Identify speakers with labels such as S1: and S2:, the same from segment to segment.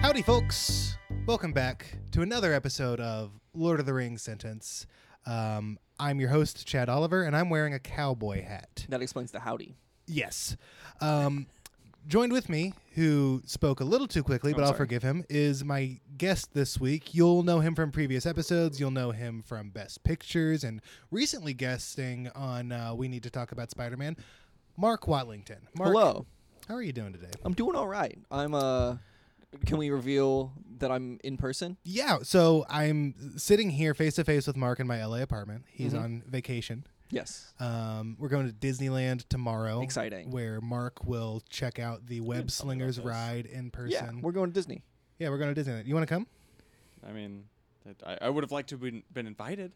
S1: Howdy, folks. Welcome back to another episode of Lord of the Rings Sentence. Um, I'm your host, Chad Oliver, and I'm wearing a cowboy hat.
S2: That explains the howdy.
S1: Yes. Um, joined with me, who spoke a little too quickly, but I'll
S2: sorry.
S1: forgive him, is my guest this week. You'll know him from previous episodes. You'll know him from Best Pictures and recently guesting on uh, We Need to Talk About Spider Man, Mark Watlington. Mark,
S2: Hello.
S1: How are you doing today?
S2: I'm doing all right. I'm uh can we reveal that I'm in person?
S1: Yeah, so I'm sitting here face to face with Mark in my LA apartment. He's
S3: Mm-hmm.
S1: on vacation.
S2: Yes.
S1: Um, we're going to Disneyland tomorrow.
S2: Exciting.
S1: Where Mark will check out the Web Slingers ride in
S2: Yeah,
S1: person.
S2: we're going to Disney.
S1: Yeah, we're going to Disneyland. You want to come?
S3: I mean, that- I, I would have liked to have been, been invited.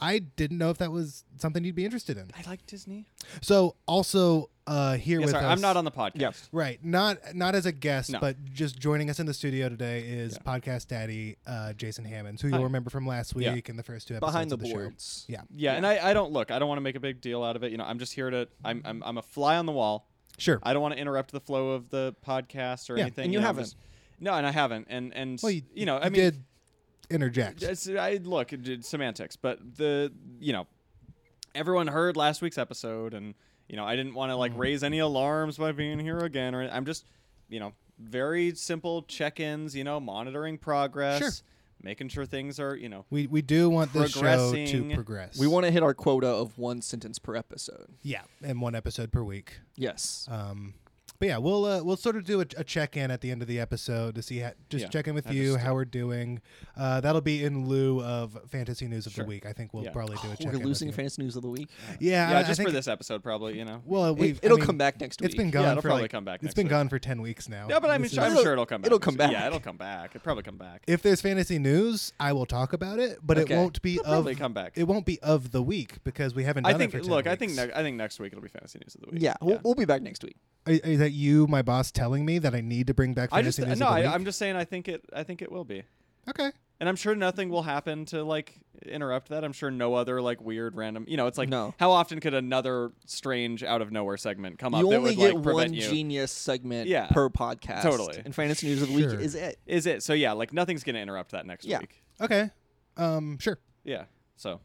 S1: I didn't know if that was something you'd be interested in.
S3: I like Disney.
S1: So also uh, here
S3: Yeah,
S1: with
S3: sorry,
S1: us,
S3: I'm not on the podcast.
S2: Yeah.
S1: right, not not as a guest,
S3: No.
S1: but just joining us in the studio today is
S3: Yeah.
S1: podcast daddy uh, Jason Hammonds, who
S3: Hi.
S1: you'll remember from last week
S3: Yeah.
S1: and the first two episodes
S2: Behind the,
S1: of the, show.
S2: boards.
S1: Yeah,
S3: Yeah, and I, I don't look. I don't want to make a big deal out of it. You know, I'm just here to. I'm I'm, I'm a fly on the wall.
S1: sure.
S3: I don't want to interrupt the flow of the podcast or
S1: Yeah,
S3: anything.
S2: and you
S3: know, I'm
S2: haven't.
S3: just- no, and I haven't. And and
S1: well,
S3: you,
S1: you,
S3: know, I
S1: you
S3: mean,
S1: did interject.
S3: It's, I look it did semantics, but the you know everyone heard last week's episode, and you know I didn't want to like
S1: Mm-hmm.
S3: raise any alarms by being here again, or I'm just you know very simple check-ins, you know, monitoring progress,
S1: Sure.
S3: making sure things are you know
S1: We we do want this show to
S3: Progressing.
S1: progress.
S2: We want to hit our quota of one sentence per episode.
S1: yeah, and one episode per week.
S2: Yes.
S1: Um, but yeah, we'll uh, we'll sort of do a, a check in at the end of the episode to see how, just
S3: Yeah,
S1: check in with
S3: I
S1: you
S3: understand.
S1: how we're doing. Uh, that'll be in lieu of fantasy news of
S3: Sure.
S1: the week. I think we'll
S3: Yeah.
S1: probably do a check.
S2: we're
S1: in
S2: losing fantasy news of the week.
S1: Yeah,
S3: yeah
S1: I- I
S3: just for
S1: think-
S3: this episode probably you know
S1: Well, Uh, we've,
S2: it, will
S1: I mean,
S2: come back next week.
S1: It's been gone
S3: it'll
S1: for
S3: probably
S1: like,
S3: come back
S1: It's
S3: next
S1: been
S3: week.
S1: gone for ten weeks now.
S3: yeah, but I'm,
S1: This
S3: sure, I'm
S1: is-
S2: It'll-
S3: sure it'll come back.
S2: it'll
S3: next
S2: come
S3: week.
S2: back.
S3: Yeah, it'll come back. It'll probably come back.
S1: if there's fantasy news, I will talk about it, but
S2: Okay.
S1: it won't be
S3: It'll probably
S1: of
S3: come back.
S1: it won't be of the week because we haven't. Done
S3: I think.
S1: it for 10
S3: Look, I
S1: weeks.
S3: think. Ne- I think next week it'll be fantasy news of the week.
S2: yeah, We'll, we'll be back next week.
S1: Is, is that you, my boss, telling me that I need to bring back
S3: I
S1: fantasy
S3: just
S1: news
S3: no.
S1: of the
S3: I,
S1: week?
S3: I'm just saying. I think it. I think it will be.
S1: okay.
S3: And I'm sure nothing will happen to like interrupt that. I'm sure no other like weird random. You know, it's like
S2: No.
S3: how often could another strange out of nowhere segment come up
S2: you
S3: that
S2: only
S3: would
S2: get
S3: like prevent
S2: one
S3: you?
S2: genius segment
S3: Yeah.
S2: per podcast.
S3: Totally.
S2: And fantasy news of the
S1: Sure.
S2: week is it.
S3: Is it so? Yeah, like nothing's gonna interrupt that next
S2: Yeah.
S3: week.
S1: Okay. Um, sure.
S3: Yeah. So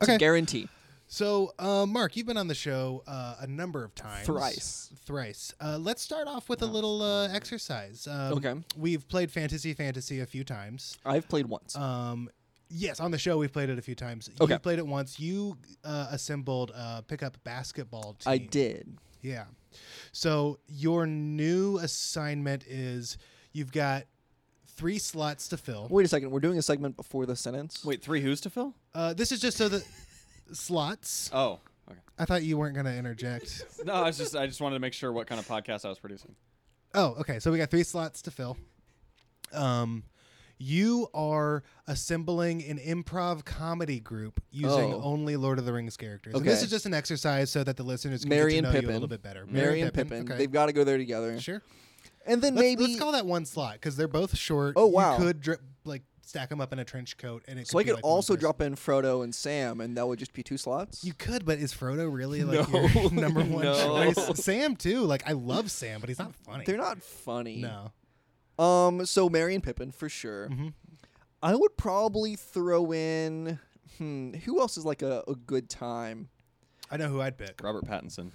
S2: It's a
S1: Okay.
S2: guarantee.
S1: So, uh, Mark, you've been on the show uh, a number of times.
S2: Thrice.
S1: Thrice. Uh, let's start off with a little uh, exercise. Um,
S2: Okay.
S1: We've played Fantasy Fantasy a few times.
S2: I've played once.
S1: Um, yes, on the show we've played it a few times.
S2: Okay.
S1: You played it once. You uh, assembled a pickup basketball team.
S2: I did.
S1: Yeah. So your new assignment is you've got three slots to fill.
S2: Wait a second. We're doing a segment before the sentence.
S3: wait, three who's to fill?
S1: Uh, this is just so that slots.
S3: Oh, okay.
S1: I thought you weren't going to interject.
S3: No, I was just I just wanted to make sure what kind of podcast I was producing.
S1: Oh, okay. So we got three slots to fill. Um, you are assembling an improv comedy group using
S2: Oh.
S1: only Lord of the Rings characters. And this
S2: Okay.
S1: is just an exercise so that the listeners can get
S2: Mary
S1: to
S2: and
S1: know you
S2: Pippin.
S1: a little bit better.
S2: Mary and Pippin.
S1: Okay.
S2: They've got to go there together.
S1: sure.
S2: And then
S1: Let's,
S2: maybe
S1: let's call that one slot because they're both short.
S2: Oh, wow.
S1: You could drip, like stack them up in a trench coat, and it.
S2: so I
S1: could be,
S2: could
S1: like, one
S2: also
S1: person.
S2: drop in Frodo and Sam, and that would just be two slots.
S1: You could, but is Frodo really like
S3: No.
S1: your number one
S3: No.
S1: choice? Sam too. Like I love Sam, but he's not funny.
S2: They're not funny.
S1: No. Mm-hmm.
S2: Um. So Mary and Pippin for sure. I would probably throw in. Hmm. Who else is like a, a good time?
S1: I know who I'd pick.
S3: Robert Pattinson.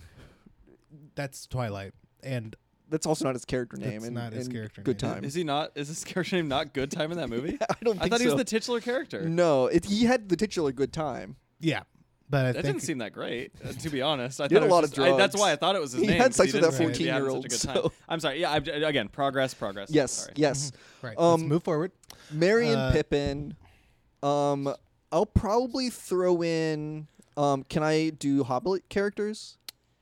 S1: That's Twilight, and
S2: That's also not his character name.
S1: That's
S2: and,
S1: not his
S2: and
S1: character
S2: Good
S1: name.
S2: time.
S3: Is he not? Is his character name not good time in that movie?
S2: I don't. Think
S3: I thought
S2: so.
S3: he was the titular character.
S2: no, it, he had the titular good time.
S1: yeah, but I
S3: That
S1: think
S3: didn't seem that great, uh, to be honest. I
S2: He had
S3: thought
S2: a
S3: it was
S2: lot of
S3: just- I- that's
S2: drugs.
S3: why I thought it was his
S2: He
S3: name.
S2: had sex
S3: 'cause he
S2: with that
S3: didn't seem to be having
S2: 14-year-old,
S3: such a good time.
S2: so-
S3: I'm sorry. Yeah, I, again, progress, progress.
S2: Yes.
S3: Sorry.
S2: Yes.
S1: right. let's
S2: Um,
S1: move forward.
S2: Mary and
S1: Uh,
S2: Pippin. Um, I'll probably throw in. Um, can I do Hobbit characters?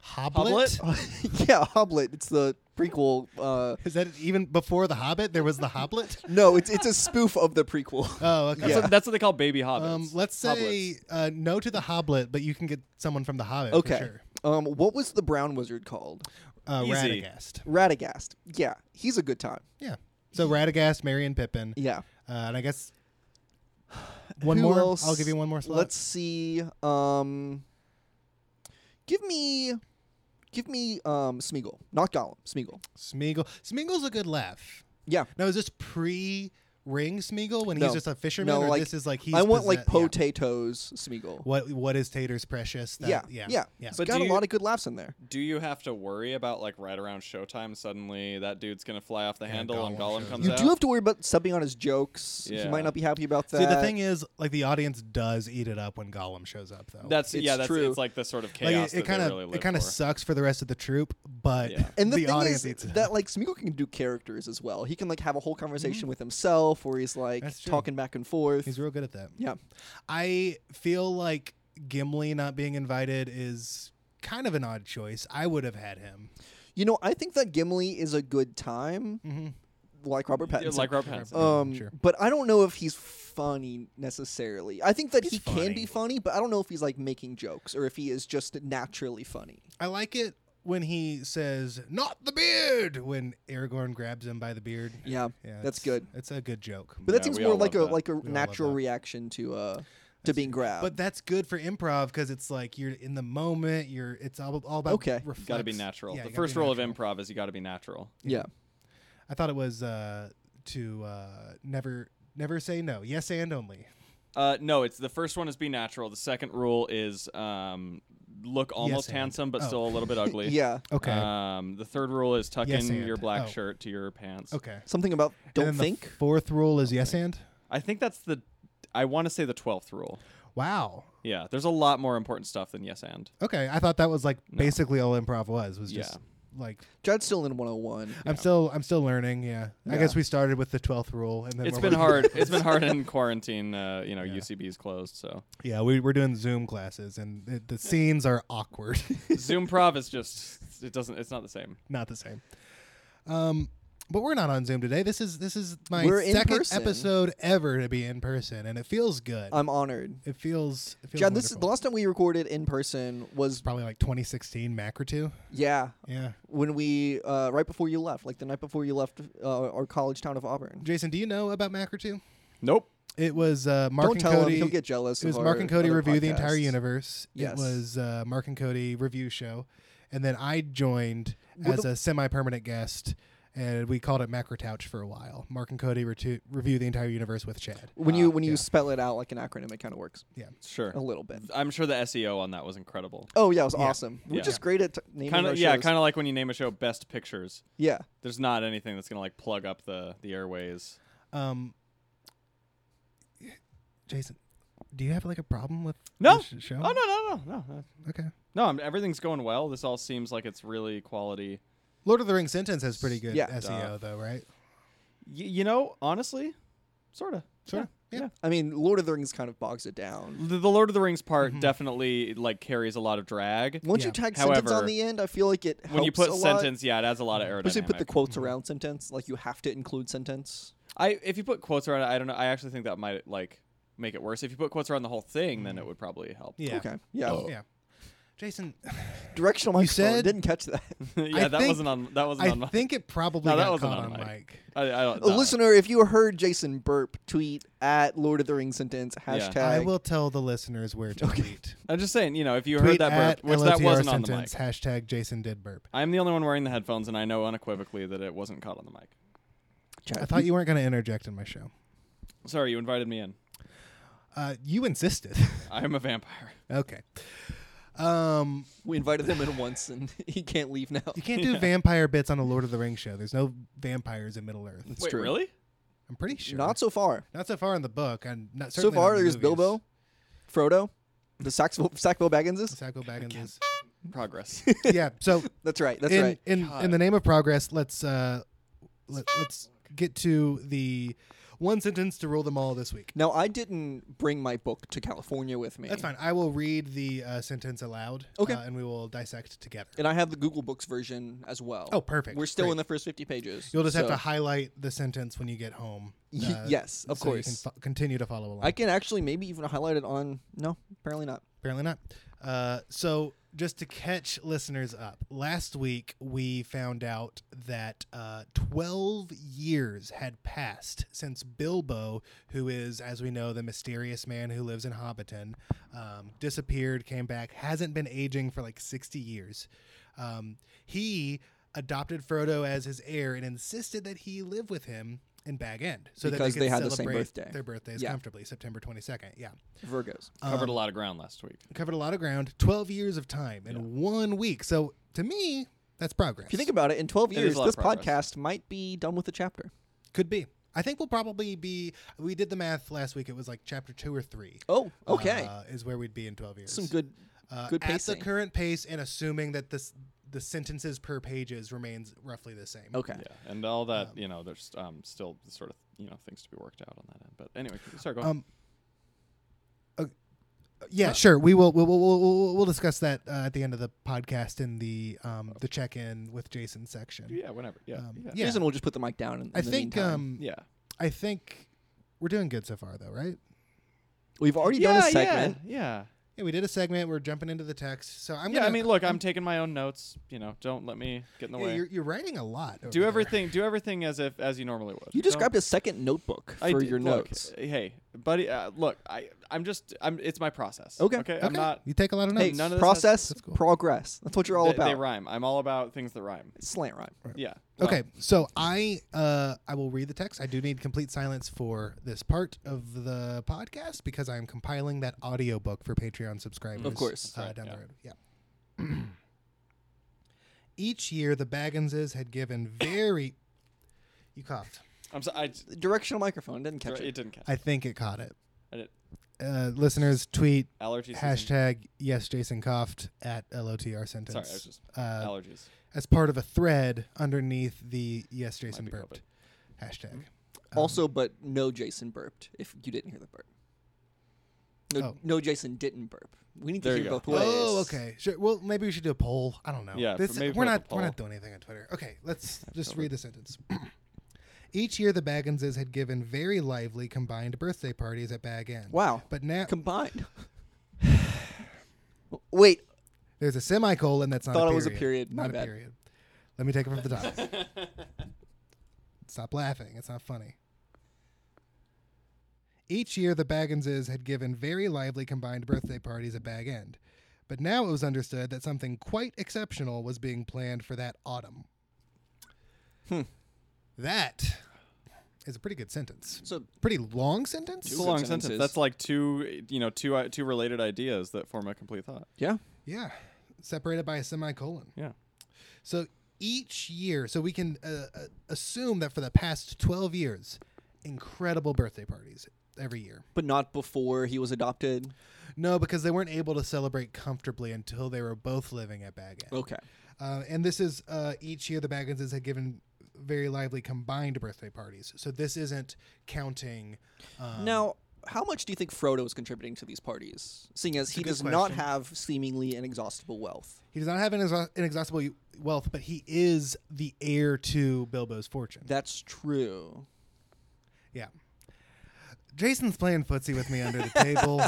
S1: Hoblet.
S2: yeah, Hobbit. It's the prequel. Uh,
S1: Is that even before the Hobbit? There was the Hoblet.
S2: no, it's it's a spoof of the prequel.
S1: Oh, okay.
S3: That's,
S2: Yeah.
S3: what, that's what they call baby hobbits.
S1: Um, let's say uh, no to the Hoblet, but you can get someone from the Hobbit.
S2: Okay.
S1: For sure.
S2: Um, what was the brown wizard called?
S1: Uh,
S3: Easy.
S1: Radagast.
S2: Radagast. Yeah, he's a good time.
S1: Yeah. So Radagast, Marion Pippin,
S2: Yeah.
S1: uh, and I guess one
S2: E Who
S1: more.
S2: else?
S1: I'll give you one more slot.
S2: Let's see. Um, give me, give me um Smeagol, not Gollum. Smeagol.
S1: Smeagol. Smeagol's a good laugh.
S2: Yeah.
S1: Now is this pre Ring Smeagol when
S2: No.
S1: he's just a fisherman,
S2: No,
S1: or
S2: like,
S1: this is like he's
S2: I want like
S1: possess- yeah.
S2: potatoes, Smeagol.
S1: What what is Tater's precious? That,
S2: yeah,
S1: yeah, yeah.
S2: It's
S3: But
S2: got
S3: do
S2: a
S3: you-
S2: lot of good laughs in there.
S3: Do you have to worry about like right around showtime suddenly that dude's gonna fly off the handle and
S1: Gollum
S3: Gollum
S1: shows
S3: comes
S2: You
S3: out?
S2: do have to worry about subbing on his jokes. He
S3: Yeah.
S2: might not be happy about that.
S1: See, the thing is, like the audience does eat it up when Gollum shows up, though.
S3: that's
S2: It's
S3: yeah, that's
S2: true.
S3: it's like the sort of
S1: like
S3: chaos
S1: it- it
S3: that
S1: kind
S3: they
S1: of
S3: really live
S1: it kind of
S3: for.
S1: sucks for the rest of the troop, but
S3: Yeah.
S2: and the, thing
S1: audience
S2: is
S1: eats it.
S2: that like Smeagol can do characters as well. He can like have a whole conversation with himself, where he's like
S1: Mm-hmm. That's true.
S2: talking back and forth.
S1: He's real good at that.
S2: yeah,
S1: I feel like Gimli not being invited is kind of an odd choice. I would have had him.
S2: you know, I think that Gimli is a good time,
S1: Mm-hmm.
S2: like Robert
S3: Yeah,
S2: Pattinson.
S3: like Rob
S1: Oh,
S3: Pattinson.
S2: um,
S1: sure.
S2: but I don't know if he's funny necessarily. I think that
S1: He's
S2: he can be funny, but I don't know if he's like making jokes or if he is just naturally funny.
S1: I like it when he says "not the beard" when Aragorn grabs him by the beard.
S2: Yeah, that's
S1: it's-
S2: good.
S1: It's a good joke.
S2: But that
S3: Yeah,
S2: seems
S3: we
S2: more
S3: all
S2: like a
S3: love that.
S2: like a
S1: all love
S2: natural
S1: that.
S2: reaction to uh to being grabbed.
S1: But that's good for improv because it's like you're in the moment. You're it's all, all about
S2: Okay.
S1: Reflex.
S3: Got to be natural.
S1: Yeah,
S3: the
S1: you gotta be
S3: first rule of
S1: natural.
S3: improv is you got to be natural.
S2: yeah.
S1: I thought it was uh, to uh, never never say no. Yes and only.
S3: Uh, no, it's the first one is be natural. The second rule is um, look almost
S1: and.
S3: handsome but
S1: Oh.
S3: still a little bit ugly.
S2: Yeah.
S1: Okay.
S3: Um, the third rule is tuck
S1: Yes,
S3: in
S1: and.
S3: your black
S1: Oh.
S3: shirt to your pants.
S1: okay.
S2: Something about
S1: And
S2: don't
S1: then the
S2: think.
S1: fourth rule is yes and.
S3: I think that's the. I want to say the twelfth rule.
S1: Wow.
S3: Yeah, there's a lot more important stuff than yes and.
S1: Okay. I thought that was like basically all improv was was just like
S2: Judd's still in 101.
S1: I'm still I'm still learning. Yeah. I
S2: Yeah.
S1: guess we started with the twelfth rule and then
S3: It's
S1: we're
S3: been
S1: working-
S3: hard. It's been hard in quarantine. Uh, you know,
S1: Yeah.
S3: UCB's closed, so
S1: Yeah, we, we're doing Zoom classes and the the scenes are awkward.
S3: Zoom Prov is just. It doesn't. It's not the same.
S1: not the same. Um, but we're not on Zoom today. This is this is my
S2: We're in
S1: second
S2: person.
S1: episode ever to be in person, and it feels good.
S2: I'm honored.
S1: it feels. It feels
S2: Judd, this is, the
S1: wonderful.
S2: last time we recorded in person was
S1: probably like 2016 Mac or two.
S2: yeah,
S1: Yeah.
S2: when we uh right before you left, like the night before you left uh, our college town of Auburn.
S1: Jason, do you know about Mac or two?
S3: Nope.
S1: It was uh, Mark
S2: Don't
S1: and
S2: tell
S1: Cody.
S2: him; he'll get jealous.
S1: it was
S2: of
S1: Mark
S2: our
S1: and Cody
S2: other
S1: review the entire
S2: podcasts.
S1: universe. It
S2: Yes.
S1: was uh, Mark and Cody review show, and then I joined
S2: Well,
S1: as
S2: the-
S1: a semi-permanent guest, and we called it Macrotouch for a while. Mark and Cody retu- review the entire universe with Chad.
S2: When you
S3: Ah,
S2: when you
S1: yeah.
S2: spell it out like an acronym, it kind of works
S3: Sure.
S2: a
S1: Oh.
S2: little bit.
S3: I'm sure the SEO on that was incredible.
S2: Oh yeah, it was
S1: Yeah.
S2: awesome. We're
S3: Yeah.
S2: just great at t- naming
S3: Kind
S2: our
S3: of. Yeah.
S2: shows.
S3: Kind of like when you name a show Best Pictures.
S2: yeah.
S3: There's not anything that's gonna like plug up the the airways.
S1: Um, Jason, do you have like a problem with
S3: No.
S1: this sh- show?
S3: Oh no no no no no.
S1: Okay.
S3: No, I'm, everything's going well. This all seems like it's really quality.
S1: Lord of the Rings sentence has pretty good
S2: Yeah.
S3: Uh,
S1: SEO though, right?
S3: Y- you know, honestly, sort of.
S1: Sorta, yeah.
S2: I mean, Lord of the Rings kind of bogs it down.
S3: The, the Lord of the Rings part
S1: Mm-hmm.
S3: definitely like carries a lot of drag.
S2: Once
S1: Yeah.
S2: you tag sentence
S3: However,
S2: on the end, I feel like it helps
S3: when you put
S2: a
S3: sentence, yeah, it adds a lot of
S2: Lot. Especially
S3: aerodynamic.
S2: put the quotes
S1: Mm-hmm.
S2: around sentence, like you have to include sentence.
S3: I if you put quotes around, it, I don't know. I actually think that might like make it worse. If you put quotes around the whole thing, then it would probably help.
S1: Mm. Yeah. Oh.
S2: Okay, yeah.
S1: Yeah. Jason,
S2: Directional
S1: You
S2: microphone.
S1: said-
S2: didn't catch that.
S3: yeah,
S1: I
S3: that
S1: think-
S3: wasn't on. That wasn't
S1: I
S3: on. My,
S1: think it probably
S3: No, that
S1: got
S3: wasn't
S1: caught
S3: on
S1: on
S3: mic.
S1: mic.
S3: I, I don't.
S2: A
S3: no.
S2: listener, if you heard Jason burp, tweet at Lord of the Rings sentence
S3: Yeah.
S2: hashtag.
S1: I will tell the listeners where to tweet.
S3: I'm just saying, you know, if you
S1: Tweet
S3: heard that,
S1: at
S3: burp, which
S1: LOTR
S3: that wasn't on the mic.
S1: sentence, Hashtag Jason did burp.
S3: I'm the only one wearing the headphones, and I know unequivocally that it wasn't caught on the mic.
S2: Chad,
S1: I thought you weren't going to interject in my show.
S3: Sorry, you invited me in.
S1: Uh, you insisted.
S3: I'm a vampire.
S1: okay. Um,
S2: we invited him in once, and he can't leave now.
S1: you can't do vampire bits on a Lord of the Rings show. There's no vampires in Middle Earth.
S2: It's
S3: Wait,
S2: true.
S3: really?
S1: I'm pretty sure.
S2: Not so far.
S1: Not so far in the book, and not
S2: So
S1: certainly not
S2: far,
S1: in the
S2: there's
S1: movies.
S2: Bilbo, Frodo, the Sackville, Sackville Bagginses.
S1: Sacco Baggins.
S3: Progress.
S1: yeah. So
S2: That's right. That's
S1: in
S2: right.
S1: in in the name of progress, let's uh, let, let's get to the one sentence to rule them all this week.
S2: Now, I didn't bring my book to California with me.
S1: That's fine. I will read the uh, sentence aloud.
S2: Okay.
S1: uh, and we will dissect together.
S2: And I have the Google Books version as well.
S1: Oh, perfect.
S2: We're still
S1: Great.
S2: in the first 50 pages.
S1: You'll just have
S2: so
S1: to highlight the sentence when you get home. Uh,
S2: Y- yes, of
S1: so you
S2: course.
S1: can fo- continue to follow along.
S2: I can actually maybe even highlight it on. No, apparently not.
S1: Apparently not. Uh, so, just to catch listeners up, last week we found out that uh, 12 years had passed since Bilbo, who is, as we know, the mysterious man who lives in Hobbiton, um, disappeared, came back, hasn't been aging for like 60 years. Um, he adopted Frodo as his heir and insisted that he live with him in Bag End so that they,
S2: Because
S1: could
S2: they had the
S1: celebrate
S2: same birthday.
S1: their birthdays
S2: Yeah.
S1: comfortably, September 22nd. Yeah.
S2: Virgos.
S1: Um,
S3: Covered a lot of ground last week.
S1: Covered a lot of ground, 12 years of time in one week. So to me, that's progress.
S2: If you think about it, in 12
S3: That is
S2: years,
S3: a lot
S2: this
S3: of progress.
S2: podcast might be done with a chapter.
S1: Could be. I think we'll probably be. We did the math last week. It was like chapter two or three.
S2: Oh, okay.
S1: uh, is where we'd be in twelve years.
S2: Some good,
S1: uh,
S2: good
S1: At
S2: pacing.
S1: the current pace, and assuming that this the sentences per pages remains roughly the same.
S2: okay.
S3: Yeah, and all that you know, there's um, still sort of you know things to be worked out on that end. But anyway, sorry, go ahead.
S1: Um, Yeah, sure. We will. We'll, we'll, we'll, we'll- we'll discuss that uh, at the end of the podcast in the um, the check in with Jason section.
S3: yeah, whenever. Yeah,
S1: um,
S3: yeah,
S1: yeah.
S2: Jason will just put the mic down. In, in
S1: I
S2: the
S1: think.
S2: meantime.
S1: Um,
S3: yeah.
S1: I think we're doing good so far, though, right?
S2: we've already
S3: yeah,
S2: done a segment.
S3: Yeah, yeah.
S1: Yeah, we did a segment. We're jumping into the text. So I'm.
S3: Yeah,
S1: gonna,
S3: I mean, look, I'm taking my own notes. You know, don't let me get in the
S1: yeah,
S3: way.
S1: You're, you're writing a lot. over
S3: Do
S1: there.
S3: everything. Do everything as if as you normally would.
S2: You just
S3: Don't-
S2: grabbed a second notebook for
S3: I did-
S2: your
S3: look,
S2: notes.
S3: uh, Hey, buddy. Uh, look, I I'm just I'm. It's my process.
S2: Okay.
S3: Okay.
S1: Okay.
S3: I'm not.
S1: You take a lot of notes.
S2: Hey,
S3: none of this has-
S2: process,
S1: That's cool.
S2: progress. That's what you're all
S3: they,
S2: about.
S3: they rhyme. I'm all about things that rhyme.
S2: Slant rhyme.
S3: Yeah. well,
S1: Okay, so I uh, I will read the text. I do need complete silence for this part of the podcast because I am compiling that audiobook for Patreon subscribers.
S2: Of course.
S1: uh,
S3: Right,
S1: down
S3: yeah.
S1: the road. Yeah. Each year, the Bagginses had given very. You coughed.
S3: I'm so, I j-
S2: Directional microphone didn't catch
S3: it
S2: it.
S3: didn't catch.
S1: I think it caught it.
S3: I did-
S1: Uh, listeners, tweet
S3: allergies. season.
S1: hashtag yes Jason coughed at lotr sentence.
S3: Sorry, I was just
S1: uh,
S3: allergies.
S1: as part of a thread underneath the yes Jason
S3: be
S1: burped hashtag.
S2: Also, but no Jason burped. If you didn't hear the burp. No,
S1: Oh.
S2: no Jason didn't burp. We need to
S3: There
S2: hear
S3: you go.
S2: both ways.
S1: Oh, okay. Sure. Well, maybe we should do a poll. I don't know.
S3: Yeah,
S1: This-
S3: maybe
S1: we're
S3: put up
S1: not
S3: a
S1: we're
S3: poll.
S1: not doing anything on Twitter. Okay, let's just read the sentence. Each year, the Bagginses had given very lively combined birthday parties at Bag End.
S2: Wow.
S1: But now
S2: Combined. Wait.
S1: there's a semicolon that's not.
S2: Thought
S1: a
S2: it was
S1: period.
S2: a period. My
S1: Not a
S2: bad.
S1: period. Let me take it from the top. Stop laughing. It's not funny. Each year, the Bagginses had given very lively combined birthday parties at Bag End, but now it was understood that something quite exceptional was being planned for that autumn.
S2: Hmm.
S1: That is a pretty good sentence.
S2: So
S1: Pretty long sentence.
S3: It's
S2: Two
S3: a long
S2: good
S3: sentence.
S2: sentences.
S3: That's like two, you know, two uh, two related ideas that form a complete thought.
S2: yeah.
S1: Yeah, separated by a semicolon.
S3: Yeah.
S1: So each year, so we can uh, uh, assume that for the past 12 years, incredible birthday parties every year.
S2: But not before he was adopted.
S1: No, because they weren't able to celebrate comfortably until they were both living at Bag End.
S2: Okay.
S1: Uh, and this is uh, each year the Bagginses had given very lively combined birthday parties. So this isn't counting. Um,
S2: now, how much do you think Frodo is contributing to these parties, seeing as he
S1: good
S2: does not
S1: question.
S2: have seemingly inexhaustible wealth?
S1: He does not have an exha- inexhaustible wealth, but he is the heir to Bilbo's fortune.
S2: That's true.
S1: Yeah. Jason's playing footsie with me under the table.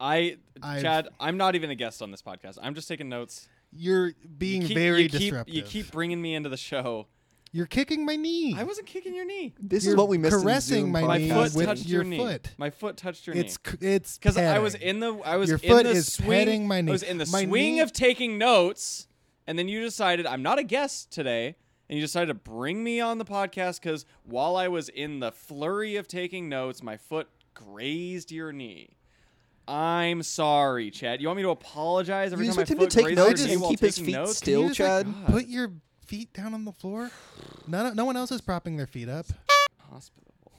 S3: I,
S1: I've-
S3: Chad, I'm not even a guest on this podcast. I'm just taking notes.
S1: You're
S3: You
S1: being
S3: keep-
S1: very
S3: you keep,
S1: disruptive.
S3: You keep bringing me into the show.
S1: You're kicking my knee.
S3: I wasn't kicking your knee.
S2: This
S1: You're
S2: is what we missed. in
S1: caressing
S2: Zoom
S1: my
S3: My
S1: knee
S2: podcasting.
S3: foot
S1: with
S3: touched
S1: your
S3: your, knee.
S1: foot.
S3: My foot touched your
S1: it's
S3: knee.
S1: c- it's
S3: Because I was
S1: petting.
S3: in the I was
S1: Your
S3: in
S1: foot
S3: the
S1: is
S3: swing.
S1: petting my knee.
S3: I was in the
S1: My
S3: swing
S1: knee-
S3: of taking notes, and then you decided I'm not a guest today, and you decided to bring me on the podcast because while I was in the flurry of taking notes, my foot grazed your knee. I'm sorry, Chad. You want me to apologize every
S2: You
S3: time
S2: just
S3: my
S2: want him
S3: foot
S2: to take
S3: grazed
S1: notes
S3: your knee
S1: and
S3: while
S2: keep his
S3: taking
S2: feet
S3: notes?
S1: Can
S2: still?
S1: you
S2: Bill
S1: just, like,
S2: Chad.
S1: put your feet down on the floor. None, no one else is propping their feet up.
S3: Hospitable.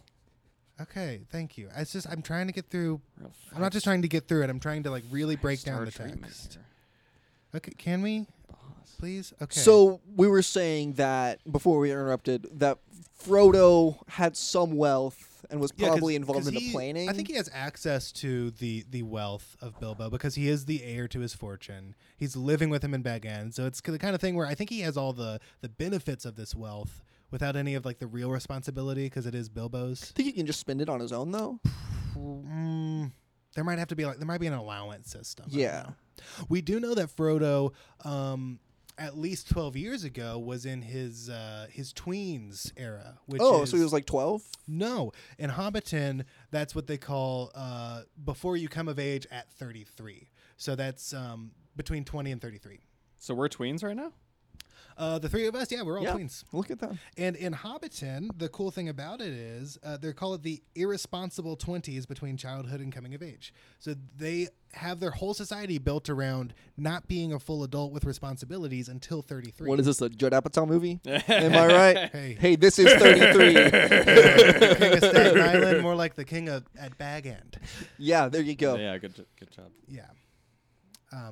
S1: Okay, thank you. It's just I'm trying to get through.
S3: Real
S1: I'm not just trying to get through it. I'm trying to like really break down
S3: Star
S1: the
S3: treatment
S1: text.
S3: here.
S1: Okay, can we? Please. Okay.
S2: So we were saying that before we interrupted that Frodo had some wealth and was
S1: Yeah, 'cause-
S2: probably involved
S1: 'cause
S2: in the
S1: he-
S2: planning.
S1: I think he has access to the the wealth of Bilbo because he is the heir to his fortune. He's living with him in Bag End, so it's the kind of thing where I think he has all the the benefits of this wealth without any of like the real responsibility because it is Bilbo's.
S2: think he can just spend it on his own though.
S1: Mm, there might have to be like there might be an allowance system. I don't
S2: Yeah.
S1: know. we do know that Frodo. Um, at least 12 years ago was in his uh, his tweens era which
S2: Oh,
S1: is,
S2: so he was like twelve.
S1: No, in Hobbiton, that's what they call uh, before you come of age at 33. So that's um, between 20 and 33.
S3: So we're tweens right now.
S1: Uh, the three of us, yeah, we're all
S2: yeah.
S1: twins.
S2: Look at that.
S1: And in Hobbiton, the cool thing about it is uh, they're called the irresponsible 20s between childhood and coming of age. So they have their whole society built around not being a full adult with responsibilities until 33.
S2: What is this, a Judd Apatow movie? Am I right?
S1: Hey.
S2: this is 33.
S1: King of Staten Island, more like the king of at Bag End.
S2: yeah, there you go.
S3: Yeah, good, jo- good job.
S1: Yeah.
S2: Uh,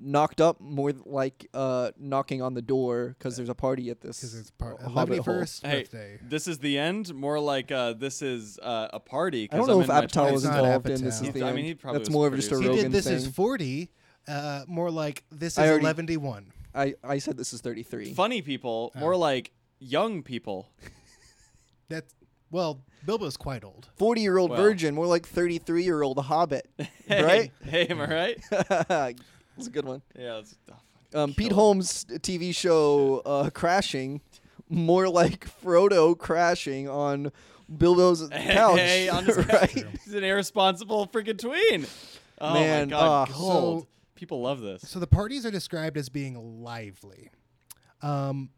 S2: Knocked up, more th- like uh, knocking on the door because there's a party at this.
S1: Because it's part
S2: uh, Hobbit hole.
S1: 11st
S3: Hey,
S1: birthday.
S3: this is the end. More like uh, this is uh, a party.
S2: I
S3: 'cause
S2: don't know
S3: I'm
S2: if
S3: in my
S2: Apatow
S3: 20s.
S2: was
S1: It's not
S2: involved in this.
S1: Apatow.
S2: Is the
S3: I
S2: end.
S3: mean, he probably
S2: That's
S3: was
S2: more of just
S1: He
S2: a
S3: producing.
S2: Rogan
S1: did this
S2: thing.
S1: is 40, uh, more like this is
S2: I already-
S1: 111.
S2: I, I said this is 33.
S3: Funny people,
S1: Oh.
S3: more like young people.
S1: That's, well, Bilbo's quite old.
S2: 40 year old
S3: Well.
S2: virgin, more like 33 year old hobbit. Right?
S3: Hey, am I right?
S2: That's a good one.
S3: yeah. It's, oh, fucking
S2: Um, Pete
S3: killer.
S2: Holmes' TV show uh, Crashing, more like Frodo crashing on Bilbo's couch.
S3: Hey, on his
S2: right?
S3: He's an irresponsible freaking tween. Oh
S2: Man,
S3: my god,
S2: uh,
S3: gold.
S1: so-
S3: people love this.
S1: So the parties are described as being lively. Um,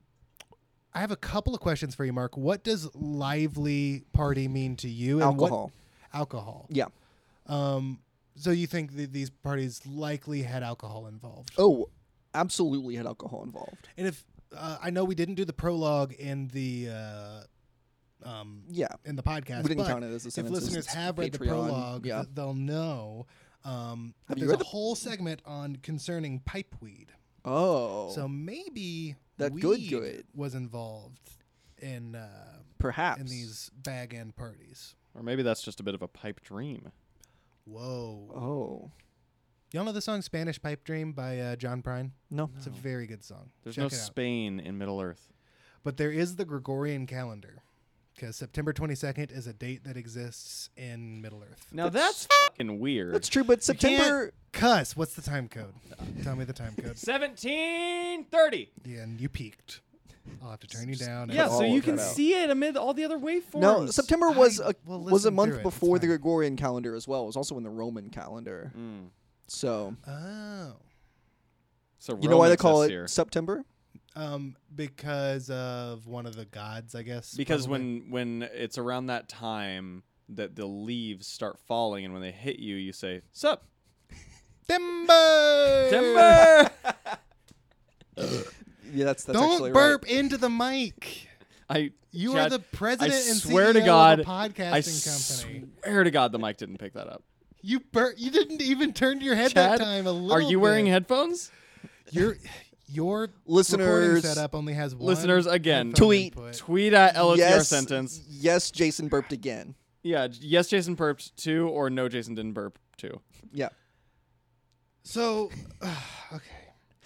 S1: I have a couple of questions for you, Mark. What does lively party mean to you? And what-
S2: Alcohol.
S1: alcohol.
S2: Yeah.
S1: Um, so you think that these parties likely had alcohol involved?
S2: Oh, absolutely had alcohol involved.
S1: And if uh, I know we didn't do the prologue in the uh, um,
S2: Yeah.
S1: in the podcast,
S2: We didn't
S1: but
S2: count it as a
S1: if
S2: sentence.
S1: listeners
S2: It's
S1: have read the
S2: Patreon.
S1: prologue,
S2: Yeah.
S1: th- they'll know. Um, that
S2: Have you
S1: there's
S2: read
S1: a
S2: the-
S1: whole segment on concerning pipeweed.
S2: Oh.
S1: So maybe
S2: That
S1: weed
S2: good good.
S1: was involved in uh,
S2: perhaps.
S1: in these bag end parties.
S3: Or maybe that's just a bit of a pipe dream.
S1: Whoa!
S2: Oh.
S1: Y'all know the song "Spanish Pipe Dream" by uh, John Prine?
S2: No.
S1: It's a very good song.
S3: There's
S1: Check
S3: no
S1: it out.
S3: Spain in Middle Earth.
S1: But there is the Gregorian calendar because September 22nd is a date that exists in Middle Earth.
S3: Now that's, fucking weird.
S2: That's true, but
S1: You can't
S2: September.
S1: Cuss. What's the time code? Tell me the time code.
S3: 1730.
S1: Yeah, and you peaked. I'll have to turn you down.
S3: Yeah,
S1: and-
S2: all
S3: so you
S2: of
S3: can
S2: that out.
S3: see it amid all the other waveforms.
S2: No, September was
S1: I
S2: a
S1: will
S2: was
S1: listen
S2: a
S1: through
S2: month
S1: it, it's
S2: before the
S1: fine.
S2: Gregorian calendar as well. It was also in the Roman calendar.
S3: Mm.
S2: So
S1: Oh.
S3: So
S2: you know why they
S3: Romans
S2: call
S3: this
S2: it
S3: year.
S2: September?
S1: Um, because of one of the gods, I guess.
S3: because
S1: probably.
S3: when when it's around that time that the leaves start falling and when they hit you, you say "Sup,
S1: Timber!
S3: September."
S2: Yeah, that's that's actually
S1: Don't
S2: right.
S1: burp into the mic.
S3: I
S1: You
S3: Chad,
S1: are the president
S3: I
S1: and
S3: swear to
S1: CEO
S3: God,
S1: of a podcasting
S3: I
S1: company.
S3: swear to God, the mic didn't pick that up.
S1: You bur- You didn't even turn your head
S3: Chad,
S1: that time. A little.
S3: are you wearing
S1: bit.
S3: headphones?
S1: Your your recording
S2: Listeners-
S1: setup only has one
S3: Listeners, again,
S1: headphone
S2: tweet.
S1: input.
S3: Tweet at LSR
S2: yes,
S3: sentence.
S2: Yes, Jason burped again.
S3: Yeah, j- yes, Jason burped two, or no, Jason didn't burp two.
S2: Yeah.
S1: So, okay.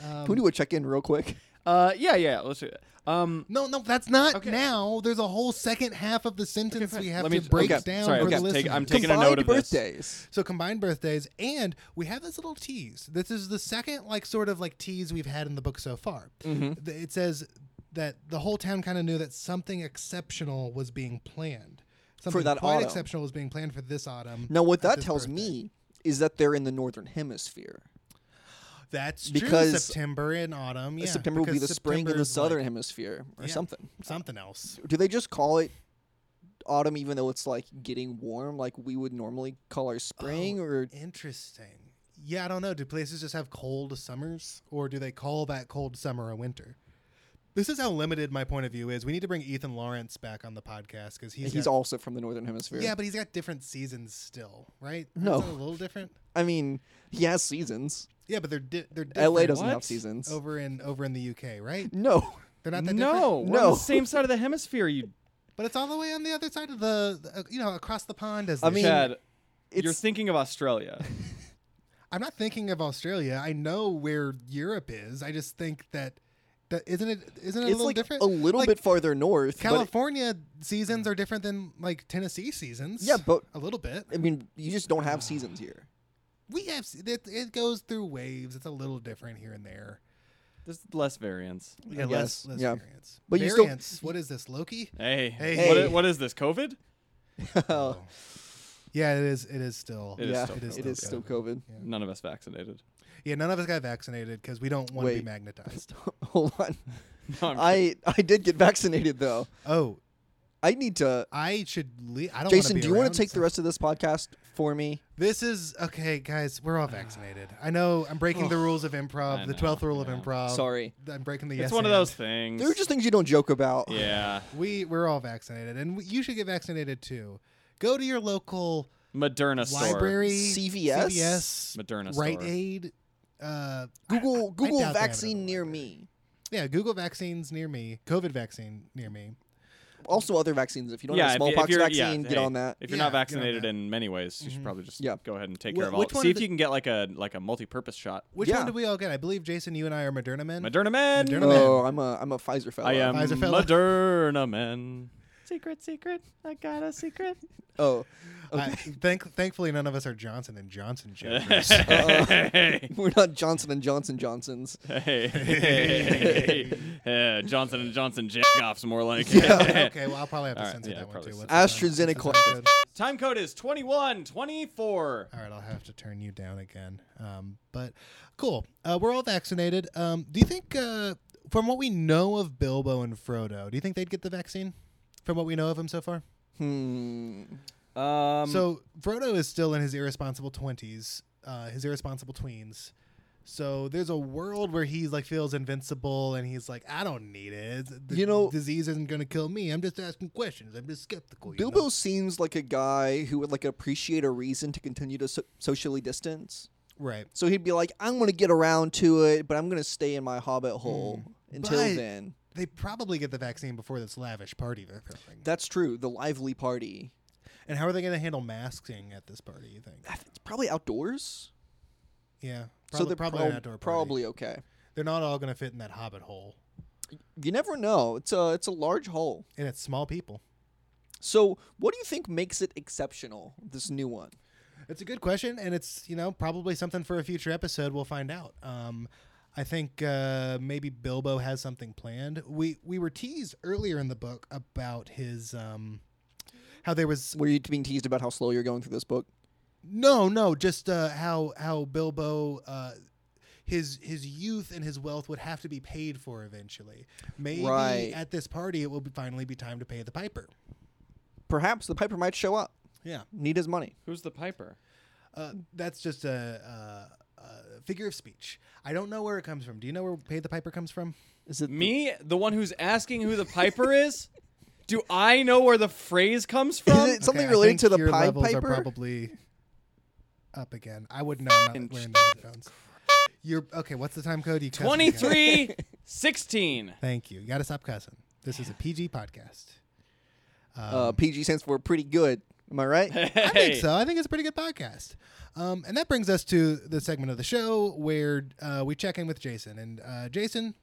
S1: Um,
S2: Can we do a check in real quick?
S3: Uh, yeah, yeah. Let's do that. Um,
S1: no, no, that's not
S3: Okay.
S1: now. There's a whole second half of the sentence we have
S3: Let
S1: to
S3: me j-
S1: break
S2: okay,
S1: down
S3: sorry,
S1: for
S3: okay,
S1: the
S3: take-
S1: listener.
S3: I'm taking a
S2: Combined
S3: note of this.
S2: birthdays.
S1: so combined birthdays, and we have this little tease. This is the second like sort of like tease we've had in the book so far.
S2: Mm-hmm.
S1: Th- It says that the whole town kind of knew that something exceptional was being planned. Something
S2: that
S1: quite
S2: autumn.
S1: exceptional was being planned for this autumn.
S2: Now, what
S1: at
S2: that
S1: this
S2: tells
S1: birthday.
S2: me is that they're in the northern hemisphere.
S1: That's true.
S2: Because- uh,
S1: September and autumn. Yeah,
S2: September will be the
S1: because
S2: spring in the
S1: September's, like,
S2: southern hemisphere or
S1: Yeah.
S2: something.
S1: something else.
S2: Do they just call it autumn even though it's like getting warm like we would normally call
S1: Oh,
S2: our spring or
S1: Interesting. Yeah, I don't know. Do places just have cold summers, or do they call that cold summer a winter? This is how limited my point of view is. We need to bring Ethan Lawrence back on the podcast because he's,
S2: he's,
S1: got-
S2: also from the northern hemisphere?
S1: yeah, but he's got different seasons still, right?
S2: No.
S1: Isn't it a little different.
S2: I mean, he has seasons.
S1: Yeah, but they're di- they're different
S2: LA doesn't
S3: What?
S2: have seasons.
S1: over in over in the UK, right?
S2: No.
S1: They're not that different.
S3: No, we're on
S2: No.
S3: the same side of the hemisphere. You,
S1: but it's all the way on the other side of the, the- uh, you know across the pond. As
S2: I
S1: they
S2: mean-
S1: say.
S3: Chad, you're
S2: It's
S3: thinking of Australia.
S1: I'm not thinking of Australia. I know where Europe is. I just think that that isn't it isn't it a
S2: it's
S1: little
S2: like
S1: different?
S2: a little
S1: Like,
S2: bit farther north. but it-
S1: California seasons are different than like Tennessee seasons.
S2: Yeah, but-
S1: a little bit.
S2: I mean, you just don't have seasons here.
S1: We have se- it, it goes through waves. It's a little different here and there.
S3: There's less variance.
S1: Yeah,
S2: guess,
S1: less, less
S2: yeah.
S1: variance.
S2: But you still-
S1: variance. what is this Loki?
S3: Hey,
S1: Hey.
S3: What, i- what is this? COVID?
S1: Oh. Yeah, it is. It is still.
S3: It is
S2: Uh, yeah,
S3: still
S2: it is
S1: COVID.
S2: still COVID.
S3: None of us vaccinated.
S1: Yeah, none of us got vaccinated because we don't want to be
S2: Wait.
S1: magnetized.
S2: Hold on.
S3: No, I'm kidding.
S2: I I did get vaccinated though.
S1: Oh,
S2: I need to.
S1: I should leave. I don't. wanna
S2: Jason,
S1: be
S2: do you want
S1: around,
S2: to take the
S1: so-
S2: rest of this podcast for me?
S1: This is okay, guys. We're all vaccinated. I know I'm breaking the rules of improv,
S3: I
S1: the
S3: know,
S1: twelfth rule
S3: I
S1: of
S3: know.
S1: improv.
S2: Sorry.
S1: I'm breaking the.
S3: it's
S1: yes
S3: one of
S1: and.
S3: those things.
S2: There are just things you don't joke about.
S3: yeah.
S1: We we're all vaccinated, and we- you should get vaccinated too. Go to your local
S3: Moderna store.
S1: library,
S2: CVS?
S1: CVS,
S3: Moderna
S1: Rite
S3: store.
S1: Aid. Uh,
S2: Google
S1: I doubt they
S2: Google
S1: have it at
S2: vaccine
S1: the
S2: near
S1: library.
S2: me.
S1: yeah, Google vaccines near me. COVID vaccine near me.
S2: Also, other vaccines. If you don't have
S3: yeah,
S2: a
S3: if you- if
S2: smallpox
S3: you're- yeah,
S2: vaccine, get
S3: hey,
S2: on that.
S3: If you're
S1: Yeah, get
S3: not
S1: on
S3: vaccinated
S1: that. Mm-hmm.
S3: in many ways, you should probably just
S2: Yeah.
S3: go ahead and take
S2: Wh-
S3: care of all.
S1: which one
S3: See
S1: of
S3: if
S1: the-
S3: you can get like a like a multi-purpose shot.
S1: Which
S2: Yeah.
S1: one did we all get? I believe Jason, you and I are Moderna men.
S3: Moderna man.
S1: Moderna man.
S2: Oh, I'm a I'm a Pfizer fellow.
S3: I am
S1: Pfizer fella.
S3: Moderna man. Secret, secret. I got a secret.
S2: Oh,
S1: I-
S2: okay.
S1: thank, thanhankfully, none of us are Johnson and Johnson jokers.
S3: hey,
S2: We're not Johnson and Johnson Johnsons.
S3: hey, hey, hey. Uh, Johnson and Johnson jackoffs more like.
S1: okay, well, I'll probably have to
S3: All right,
S1: censor
S3: yeah,
S1: that one
S3: probably
S1: too.
S3: so.
S1: What's the time?
S2: AstraZeneca.
S1: What's the time code?
S3: Time code is 2124.
S1: All right, I'll have to turn you down again. Um, but cool. Uh, we're all vaccinated. Um, do you think, uh, from what we know of Bilbo and Frodo, do you think they'd get the vaccine? From what we know of them so far?
S2: Hmm.
S3: Um,
S1: so Frodo is still in his irresponsible 20s, uh, his irresponsible tweens. So there's a world where he like feels invincible and he's like, I don't need it. It's- The
S2: You know-
S1: disease isn't gonna kill me. I'm just asking questions. I'm just skeptical. you know?
S2: Bilbo seems like a guy who would like appreciate a reason to continue to so- socially distance.
S1: right?
S2: So he'd be like, "I'm gonna get around to it, but I'm gonna stay in my hobbit hole until
S1: Hmm. But-
S2: then."
S1: They probably get the vaccine before this lavish party they're throwing.
S2: That's true. The lively party.
S1: And how are they going to handle masking at this party? You think?
S2: I think It's probably outdoors,
S1: Yeah,
S2: so
S1: probably,
S2: they're
S1: probably
S2: prob-
S1: an outdoor party.
S2: probably okay.
S1: they're not all going to fit in that hobbit hole,
S2: You never know. It's a it's a large hole.
S1: and it's small people.
S2: So what do you think makes it exceptional? This new one.
S1: It's a good question, and it's you know probably something for a future episode. We'll find out. Um, I think uh, maybe Bilbo has something planned. We we were teased earlier in the book about his um, how there was
S2: Were you being teased about how slow you're going through this book?
S1: No, no, just uh, how how Bilbo, uh, his his youth and his wealth would have to be paid for eventually. Maybe
S2: Right.
S1: at this party, it will be, finally be time to pay the piper.
S2: Perhaps the piper might show up.
S1: Yeah,
S2: Need his money.
S3: who's the Piper?
S1: uh, that's just a, a, a figure of speech. I don't know where it comes from. Do you know where pay the piper comes from?
S2: Is it the-
S3: Me, the one who's asking who the Piper is? Do I know where the phrase comes from?
S2: it- Something
S1: Okay, I
S2: related
S1: think
S2: to the
S1: your
S2: Pied
S1: levels
S2: Piper?
S1: are probably up again. I would know. I'm not wearing the headphones. You're okay. What's the time code? You cussed again.
S3: 23 16.
S1: Thank you. You got to stop cussing. This is a PG podcast.
S2: uh, PG stands for pretty good. Am I right?
S1: I think so. I think it's a pretty good podcast. Um, and that brings us to the segment of the show where uh, we check in with Jason. And uh, Jason,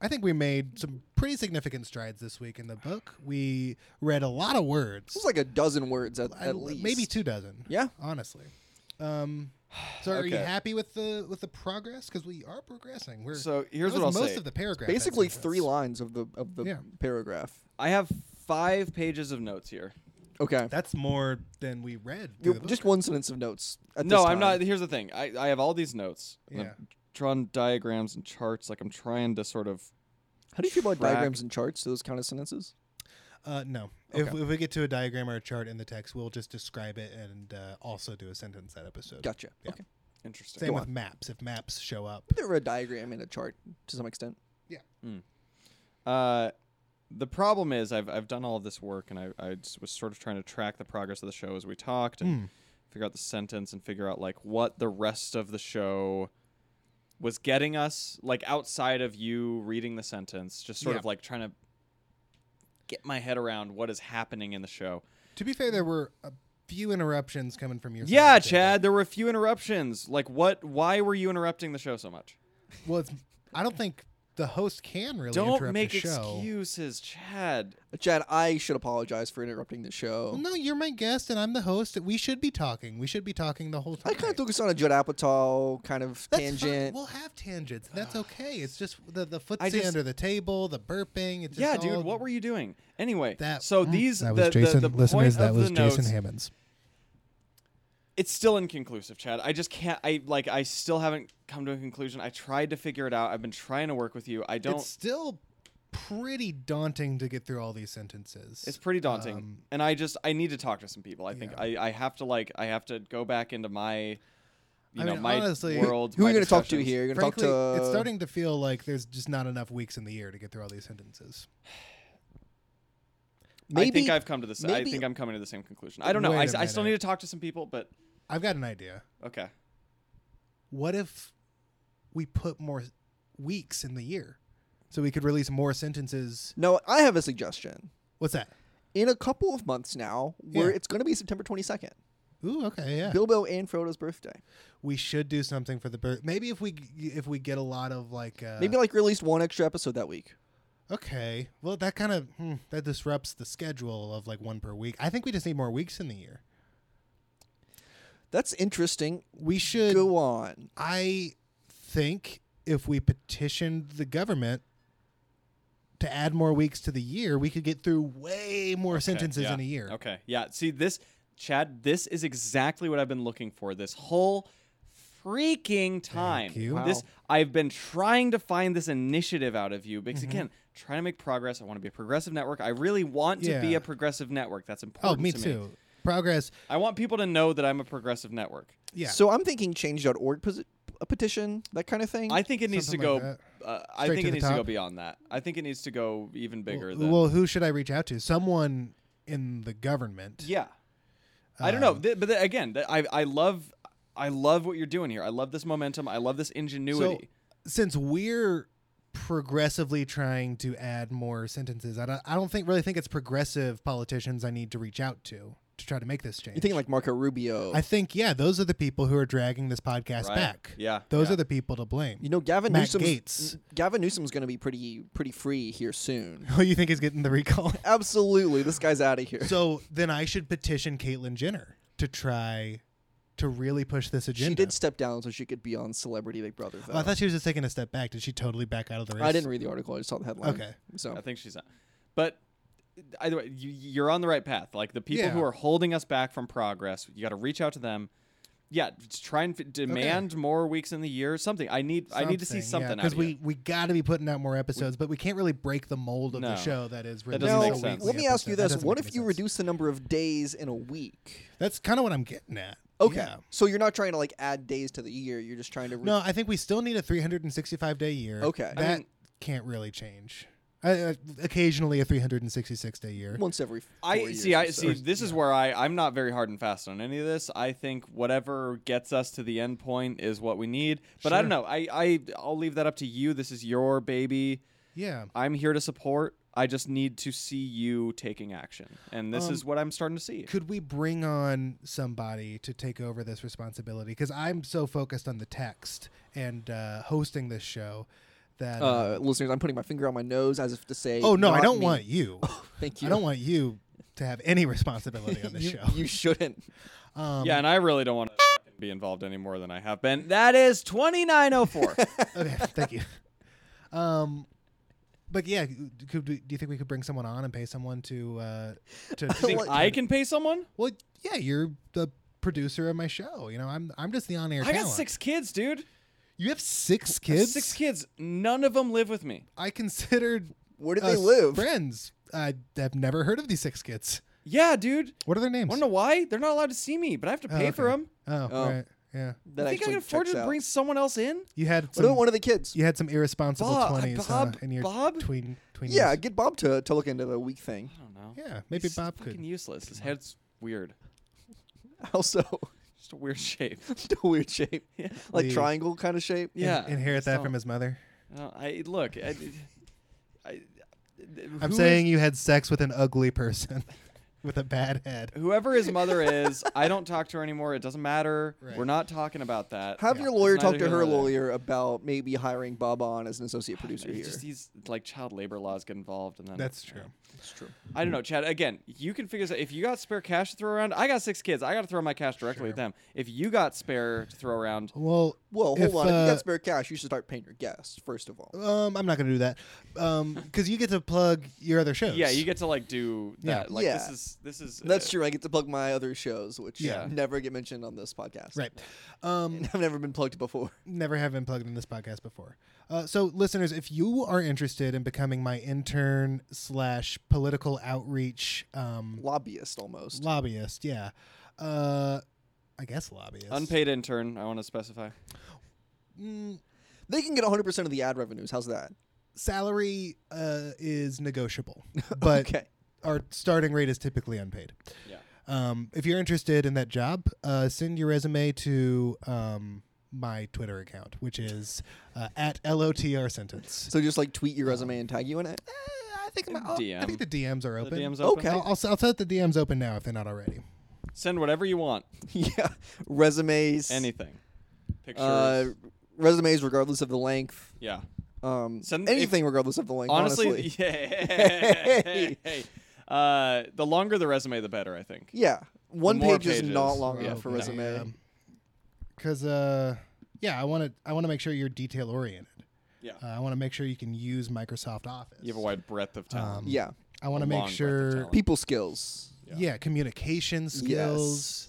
S1: I think we made some pretty significant strides this week in the book. We read a lot of words,
S2: it's like a dozen words at,
S1: I-
S2: at least.
S1: maybe two dozen.
S2: Yeah.
S1: honestly. Um, so are you
S2: Okay.
S1: happy with the with the progress? Because we are progressing. We're
S3: So
S1: that
S3: here's
S1: was
S3: what I'll
S1: most
S3: say.
S1: of the paragraph. that
S2: Basically
S1: sentence.
S2: three lines of the of the
S1: Yeah.
S2: paragraph.
S3: I have five pages of notes here.
S2: Okay.
S1: That's more than we read. through
S2: You-
S1: the book.
S2: just one sentence of notes. at
S3: no,
S2: this
S3: I'm
S2: time.
S3: not. Here's the thing. I, I have all these notes. and
S1: Yeah.
S3: I've drawn diagrams and charts. Like I'm trying to sort of.
S2: How do you feel about
S3: Track.
S2: diagrams and charts? Do those count as sentences?
S1: Uh, no. If, if we get to a diagram or a chart in the text, we'll just describe it and uh, also do a sentence that episode.
S2: Gotcha.
S1: Yeah.
S2: Okay.
S3: Interesting.
S1: Same
S2: Go
S1: with
S2: on.
S1: maps. If maps show up,
S2: They're a diagram and a chart to some extent.
S3: Uh, the problem is I've I've done all of this work and I I just was sort of trying to track the progress of the show as we talked
S1: Hmm.
S3: and figure out the sentence and figure out like what the rest of the show was getting us like outside of you reading the sentence just sort
S1: Yeah.
S3: of like trying to get my head around what is happening in the show.
S1: to be fair, there were a few interruptions coming from your.
S3: Yeah,
S1: side, Jacob.
S3: Chad, there were a few interruptions. Like what why were you interrupting the show so much?
S1: Well, it's, I don't think the host can really
S3: Don't
S1: interrupt
S3: make
S1: the show.
S3: excuses, Chad.
S2: Uh, Chad, I should apologize for interrupting the show.
S1: Well, no, you're my guest and I'm the host. We should be talking. We should be talking the whole time.
S2: I kind of took us on a Judd Apatow kind of
S1: That's Fine.
S2: tangent.
S1: We'll have tangents. That's okay. It's just the the footsie
S3: Ah. I just-
S1: under the table, the burping. It's
S3: Yeah,
S1: just all
S3: dude, what were you doing? Anyway,
S1: that?
S3: so
S1: Mm.
S3: these
S1: that was
S3: the,
S1: Jason.
S3: the, the
S1: Listeners,
S3: point
S1: that
S3: of
S1: was
S3: the
S1: Jason
S3: notes,
S1: Hammonds.
S3: it's still inconclusive, Chad. I just can't. I like. I still haven't come to a conclusion. I tried to figure it out. I've been trying to work with you. I don't.
S1: It's still pretty daunting to get through all these sentences.
S3: It's pretty daunting,
S1: Um,
S3: and I just I need to talk to some people. I think
S1: yeah.
S3: I, I have to like I have to go back into my, you
S1: I
S3: know,
S1: mean,
S3: my
S1: honestly-
S3: world.
S2: Who are
S3: my
S2: you going to talk to
S3: discussions.
S2: here? You're going
S1: Frankly,
S2: to talk to. uh,
S1: it's starting to feel like there's just not enough weeks in the year to get through all these sentences.
S2: Maybe
S3: I think I've come to the. sa- I
S2: maybe-
S3: think I'm coming to the same conclusion. I don't know.
S1: Wait
S3: I,
S1: a
S3: I still need
S1: minute.
S3: to talk to some people, but
S1: I've got an idea.
S3: okay.
S1: What if we put more weeks in the year so we could release more sentences?
S2: No, I have a suggestion.
S1: What's that?
S2: In a couple of months now, where
S1: Yeah.
S2: it's going to be September 22nd,
S1: Ooh, okay, yeah.
S2: Bilbo and Frodo's birthday.
S1: We should do something for the birth. Maybe if we if we get a lot of like uh,
S2: Maybe like release one extra episode that week.
S1: okay, well that kind of hmm, that disrupts the schedule of like one per week. I think we just need more weeks in the year.
S2: That's interesting.
S1: We should
S2: Go on.
S1: I think if we petitioned the government to add more weeks to the year, we could get through way more
S3: Okay,
S1: sentences
S3: yeah.
S1: in a year.
S3: Okay. Yeah. See this, Chad. This is exactly what I've been looking for this whole freaking time.
S1: you. Wow. Mm-hmm.
S3: This I've been trying to find this initiative out of you because again, trying to make progress. I want to be a progressive network. I really want to be
S1: Yeah.
S3: a progressive network. That's
S1: Oh,
S3: important.
S1: me
S3: to
S1: too. Progress.
S3: I want people to know that I'm a progressive network.
S1: Yeah.
S2: So I'm thinking change.org posi- a petition, that kind of thing.
S3: I think it needs
S1: Something
S3: to go.
S1: like
S3: uh, I
S1: Straight
S3: think
S1: to
S3: it
S1: the
S3: needs to go
S1: top?
S3: beyond that. I think it needs to go even bigger
S1: well,
S3: than.
S1: well, who should I reach out to? Someone in the government.
S3: Yeah. I don't know, Th- but th- again, th- I I love I love what you're doing here. I love this momentum. I love this
S1: So
S3: ingenuity.
S1: since we're progressively trying to add more sentences, I don't, I don't think really think it's progressive politicians I need to reach out to to try to make this change.
S2: You're thinking like Marco Rubio.
S1: I think yeah, those are the people who are dragging this podcast
S3: Right.
S1: back.
S3: Yeah,
S1: those
S3: yeah.
S1: are the people to blame.
S2: you know, Gavin
S1: Matt
S2: Newsom's
S1: Gates.
S2: Gavin Newsom's going to be pretty pretty free here soon.
S1: Who you think is getting the recall?
S2: Absolutely, this guy's out of here.
S1: so then I should petition Caitlyn Jenner to try to really push this agenda.
S2: she did step down so she could be on Celebrity Big Brother. Though.
S1: Oh, I thought she was just taking a step back. Did she totally back out of the race?
S2: I didn't read the article. I just saw the headline.
S1: Okay.
S2: So
S3: I think she's not. But either way, you, you're on the right path. Like the people who
S1: Yeah.
S3: are holding us back from progress, you got to reach out to them. Yeah, just try and f- demand more weeks in the year. Something I need. I need to see something out
S1: because
S3: of
S1: we
S3: you.
S1: we got to be putting out more episodes, but we can't really break the mold of
S3: No.
S1: the show that is really
S3: doesn't
S2: now,
S3: make
S1: a
S3: sense.
S1: weekly
S2: let me ask you
S1: episode. That
S2: this:
S1: doesn't
S2: What
S1: make
S2: if
S1: any
S2: you
S1: sense.
S2: reduce the number of days in a week?
S1: That's kind of what I'm getting at.
S2: Okay,
S1: Yeah.
S2: so you're not trying to like add days to the year. You're just trying to. Re-
S1: No, I think we still need a 365 day year.
S2: Okay. I
S1: that
S3: mean-
S1: can't really change. Uh, occasionally a 366 day year.
S2: once every. Four
S3: I
S2: years
S3: see.
S2: or
S3: I
S2: so.
S3: see. This is where I I'm not very hard and fast on any of this. I think whatever gets us to the end point is what we need. But I don't know. I I I'll leave that up to you. This is your baby.
S1: yeah.
S3: I'm here to support. I just need to see you taking action. And this
S1: Um,
S3: is what I'm starting to see.
S1: Could we bring on somebody to take over this responsibility? Because I'm so focused on the text and uh, hosting this show that. uh,
S2: Uh, listeners, I'm putting my finger on my nose as if to say.
S1: oh no, I
S2: not
S1: don't
S2: me.
S1: want you.
S2: Thank
S1: I
S2: you.
S1: don't want you to have any responsibility on this
S2: you,
S1: show.
S2: you shouldn't.
S1: Um,
S3: yeah, and I really don't want to be involved any more than I have been. That is 2904.
S1: okay, thank you. Um, but yeah, could we, do you think we could bring someone on and pay someone to uh, to?
S3: You think I can pay someone?
S1: Well, yeah, you're the producer of my show. You know, I'm I'm just the on air.
S3: I got six kids, dude.
S1: You have six kids.
S3: Six kids. None of them live with me.
S1: I considered.
S2: Where do they
S1: us
S2: live?
S1: Friends. I have never heard of these six kids.
S3: Yeah, dude.
S1: What are their names?
S3: I don't know why. They're not allowed to see me, but I have to
S1: Oh,
S3: pay for
S1: okay.
S3: them.
S1: Oh,
S2: Oh.
S1: right. Yeah.
S2: That
S3: I think I
S2: actually
S3: can afford
S2: checks
S3: to
S2: out.
S3: bring someone else in.
S1: You had
S2: What about
S1: some.
S2: one of the kids?
S1: You had some irresponsible
S3: Bob-
S1: twenties uh,
S3: Bob-
S1: in your
S3: Bob?
S1: tween tween.
S2: Yeah,
S1: years.
S2: get Bob to, to look into the week thing.
S3: I don't know.
S1: Yeah. Maybe
S3: He's
S1: Bob
S3: fucking
S1: could.
S3: useless. His head's weird.
S2: Also,
S3: Just a weird shape.
S2: just a weird shape,
S3: Yeah.
S2: like
S1: The-
S2: triangle kind of shape.
S1: in-
S3: Yeah.
S1: Inherit that
S3: I just
S1: from
S3: don't-
S1: his mother.
S3: No, I look. I, I, who
S1: I'm
S3: is-
S1: saying you had sex with an ugly person with a bad head.
S3: whoever his mother is, I don't talk to her anymore. It doesn't matter.
S1: Right.
S3: We're not talking about that.
S2: Have
S1: Yeah.
S2: your lawyer
S3: It's
S2: talk
S3: neither
S2: to
S3: here
S2: her
S3: nor there.
S2: lawyer about maybe hiring Bob on as an associate producer
S3: It's
S2: here.
S3: just these like child labor laws get involved, and then
S1: That's true.
S2: That's true.
S3: I don't know, Chad. Again, you can figure this out. If you got spare cash to throw around, I got six kids. I got to throw my cash directly
S1: Sure.
S3: at them. If you got spare to throw around,
S1: Well,
S2: Well, hold
S1: If,
S2: on. if you
S1: uh,
S2: got spare cash, you should start paying your guests first of all.
S1: um, I'm not gonna do that, um, because you get to plug your other shows.
S3: yeah, you get to like do
S1: Yeah.
S3: that. Like
S2: Yeah.
S3: this is it's this is
S2: That's
S3: uh,
S2: true. I get to plug my other shows, which
S1: Yeah.
S2: never get mentioned on this podcast.
S1: Right. Um,
S2: And I've never been plugged before.
S1: never have been plugged in this podcast before. Uh, so, listeners, if you are interested in becoming my intern slash political outreach um,
S2: Lobbyist almost.
S1: lobbyist, yeah, uh, I guess lobbyist.
S3: Unpaid intern, I want to specify.
S1: Mm,
S2: They can get 100% of the ad revenues. How's that?
S1: salary uh, is negotiable, but
S2: okay.
S1: our starting rate is typically unpaid.
S3: Yeah.
S1: Um, if you're interested in that job, uh, send your resume to um, my Twitter account, which is uh, at LOTR sentence.
S2: So just like tweet your resume and tag you in it?
S1: Eh, I think, oh,
S3: my- I'll-
S1: I think the DMs are
S3: The
S1: open. Oh,
S3: DM's open.
S2: Okay.
S1: I'll, I'll, I'll set the DMs open now if they're not already.
S3: Send whatever you want.
S2: yeah. Resumes.
S3: Anything. Pictures.
S2: Uh, resumes, regardless of the length.
S3: yeah.
S2: Um,
S3: Send- if-
S2: anything, regardless of the length.
S3: Honestly,
S2: Honestly.
S3: yeah. Uh, the longer the resume, the better. I think.
S2: Yeah. One
S3: more
S2: page is not
S3: pages.
S2: long
S3: Oh, Yeah.
S2: enough for
S3: No.
S2: resume.
S1: Because Um, uh, yeah, I want to I want to make sure you're detail oriented.
S3: Yeah.
S1: Uh, I want to make sure you can use Microsoft Office.
S3: You have a wide breadth of talent.
S1: Um,
S2: Yeah.
S1: I want
S3: a
S1: to
S3: long
S1: make
S3: breadth of
S1: sure.
S3: talent.
S2: People skills.
S1: Yeah. communication skills.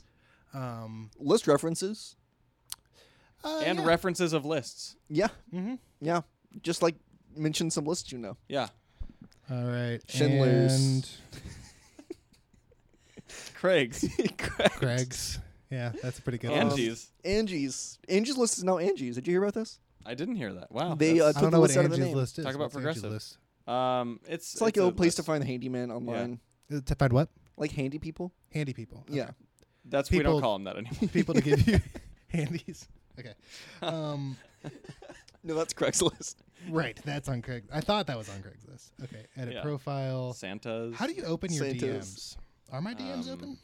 S1: Um,
S2: Yes. List references.
S1: uh,
S3: and
S1: yeah.
S3: references of lists.
S2: Yeah.
S1: Mhm.
S2: Yeah. Just like mention some lists you know.
S3: Yeah.
S1: All right,
S2: Schindler's.
S1: and
S3: Craig's.
S1: Craig's. Yeah, that's a pretty good. one.
S3: Angie's.
S2: Angie's. Angie's list is now Angie's. Did you hear about this?
S3: I didn't hear that. Wow.
S2: They,
S3: that's-
S1: I
S2: Took
S1: don't
S2: the
S1: know what
S2: list out of the
S1: Angie's
S2: name.
S1: list is.
S3: Talk about
S1: What's Angie's
S3: progressive.
S1: list?
S3: um, it's
S2: It's, like a, place to
S3: list.
S2: find the handyman online.
S1: Uh, To find what?
S2: Like handy people.
S1: Handy people.
S2: Yeah.
S3: That's we
S1: people-
S3: don't call him that anymore.
S1: people to give you handies. Okay. Um,
S2: No, that's Craigslist.
S1: right, that's on Craigslist. I thought that was on Craigslist. Okay, edit
S3: Yeah.
S1: profile.
S3: Santa's.
S1: How do you open your
S2: Santa's.
S1: DMs? Are my DMs
S3: Um,
S1: open?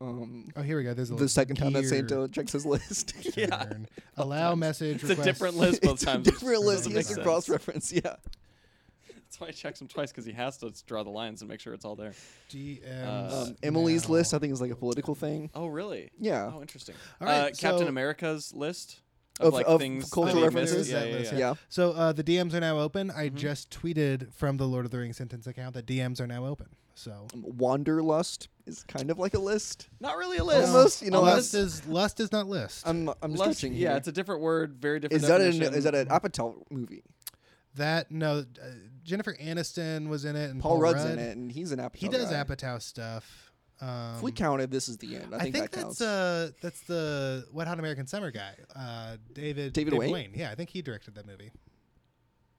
S2: Um,
S1: Oh, here we go. There's a
S2: the second time that
S1: gear
S2: Santa checks his list.
S1: turn. Allow message.
S3: It's a
S1: request.
S3: different list both
S2: it's a
S3: times.
S2: different
S3: It
S2: list.
S3: doesn't
S2: He
S3: make
S2: has to
S3: sense.
S2: cross reference. Yeah.
S3: That's why I checks him twice because he has to draw the lines and make sure it's all there.
S1: DMs.
S3: Uh,
S2: Um, Emily's
S1: now.
S2: list, I think, is like a political thing.
S3: Oh, really?
S2: Yeah.
S3: Oh, interesting.
S1: All right,
S3: uh, Captain
S1: so-
S3: America's list of,
S2: Of-
S3: like
S2: of
S3: things
S2: cultural
S3: that he missed.
S2: references?
S3: Yeah,
S1: That
S3: yeah,
S1: list,
S3: yeah.
S2: yeah.
S1: So uh, the DMs are now open. I just tweeted from the Lord of the Rings sentence account that DMs are now open. So
S2: Um, Wanderlust is kind of like a list.
S3: Not really a list.
S2: Almost, you know, Um,
S1: lust
S2: that's-
S1: is lust is not list.
S2: I'm I'm just
S3: Lust-
S2: touching
S3: yeah,
S2: here.
S3: it's a different word, very different.
S2: is that an
S3: definition.
S2: is that an Apatow movie?
S1: That no, uh, Jennifer Aniston was in it, and
S2: Paul,
S1: Paul,
S2: Rudd's
S1: Rudd.
S2: in it, and he's an Apatow.
S1: He does
S2: guy.
S1: Apatow stuff. Um,
S2: If we counted, this is the end. I
S1: I
S2: think,
S1: think
S2: that
S1: that's
S2: counts.
S1: uh that's the Wet Hot American Summer guy, uh, David
S2: David
S1: Dave
S2: Wayne?
S1: Yeah, I think he directed that movie.